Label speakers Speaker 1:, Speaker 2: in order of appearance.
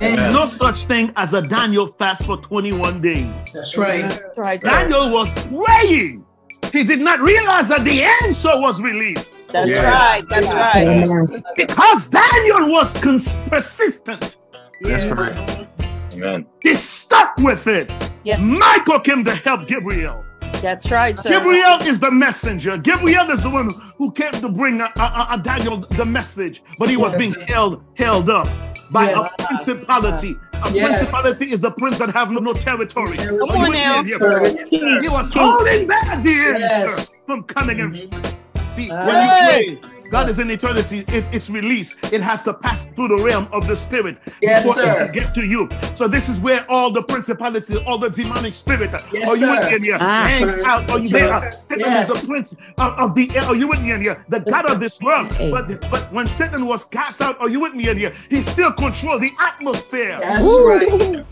Speaker 1: There's no such thing as a Daniel fast for 21 days.
Speaker 2: That's right.
Speaker 3: That's right. sir.
Speaker 1: Daniel was praying. He did not realize that the answer was released.
Speaker 3: That's
Speaker 4: Yes.
Speaker 3: right. That's right.
Speaker 5: Amen.
Speaker 1: Because Daniel was cons- persistent,
Speaker 4: That's right. Amen.
Speaker 1: he stuck with it.
Speaker 3: Yeah.
Speaker 1: Michael came to help Gabriel.
Speaker 3: That's right, sir.
Speaker 1: Gabriel is the messenger. Gabriel is the one who came to bring a, a- a- a Daniel the message, but he was
Speaker 2: Yes.
Speaker 1: being held held up by
Speaker 2: Yes.
Speaker 1: a principality. A
Speaker 2: Yes.
Speaker 1: principality is the prince that have no, no territory.
Speaker 2: Come
Speaker 1: So he
Speaker 3: on
Speaker 1: was
Speaker 3: now.
Speaker 1: here
Speaker 2: Sir.
Speaker 1: first. He was holding back the
Speaker 2: Yes.
Speaker 1: answer from coming in. See,
Speaker 2: Ah.
Speaker 1: when you pray, God is in eternity. It, it's released. It has to pass through the realm of the spirit
Speaker 2: Yes,
Speaker 1: before it
Speaker 2: sir.
Speaker 1: can get to you. So this is where all the principalities, all the demonic spirit,
Speaker 2: Yes,
Speaker 1: are you with
Speaker 2: sir.
Speaker 1: me in here?
Speaker 5: Ah.
Speaker 1: Hangs out. Are you
Speaker 2: That's
Speaker 1: there?
Speaker 2: right.
Speaker 1: Satan is
Speaker 2: Yes.
Speaker 1: the prince of, of the air. Are you with me in here? The God of this world.
Speaker 5: Hey.
Speaker 1: But but when Satan was cast out, are you with me in here? He still controlled the atmosphere.
Speaker 2: That's right.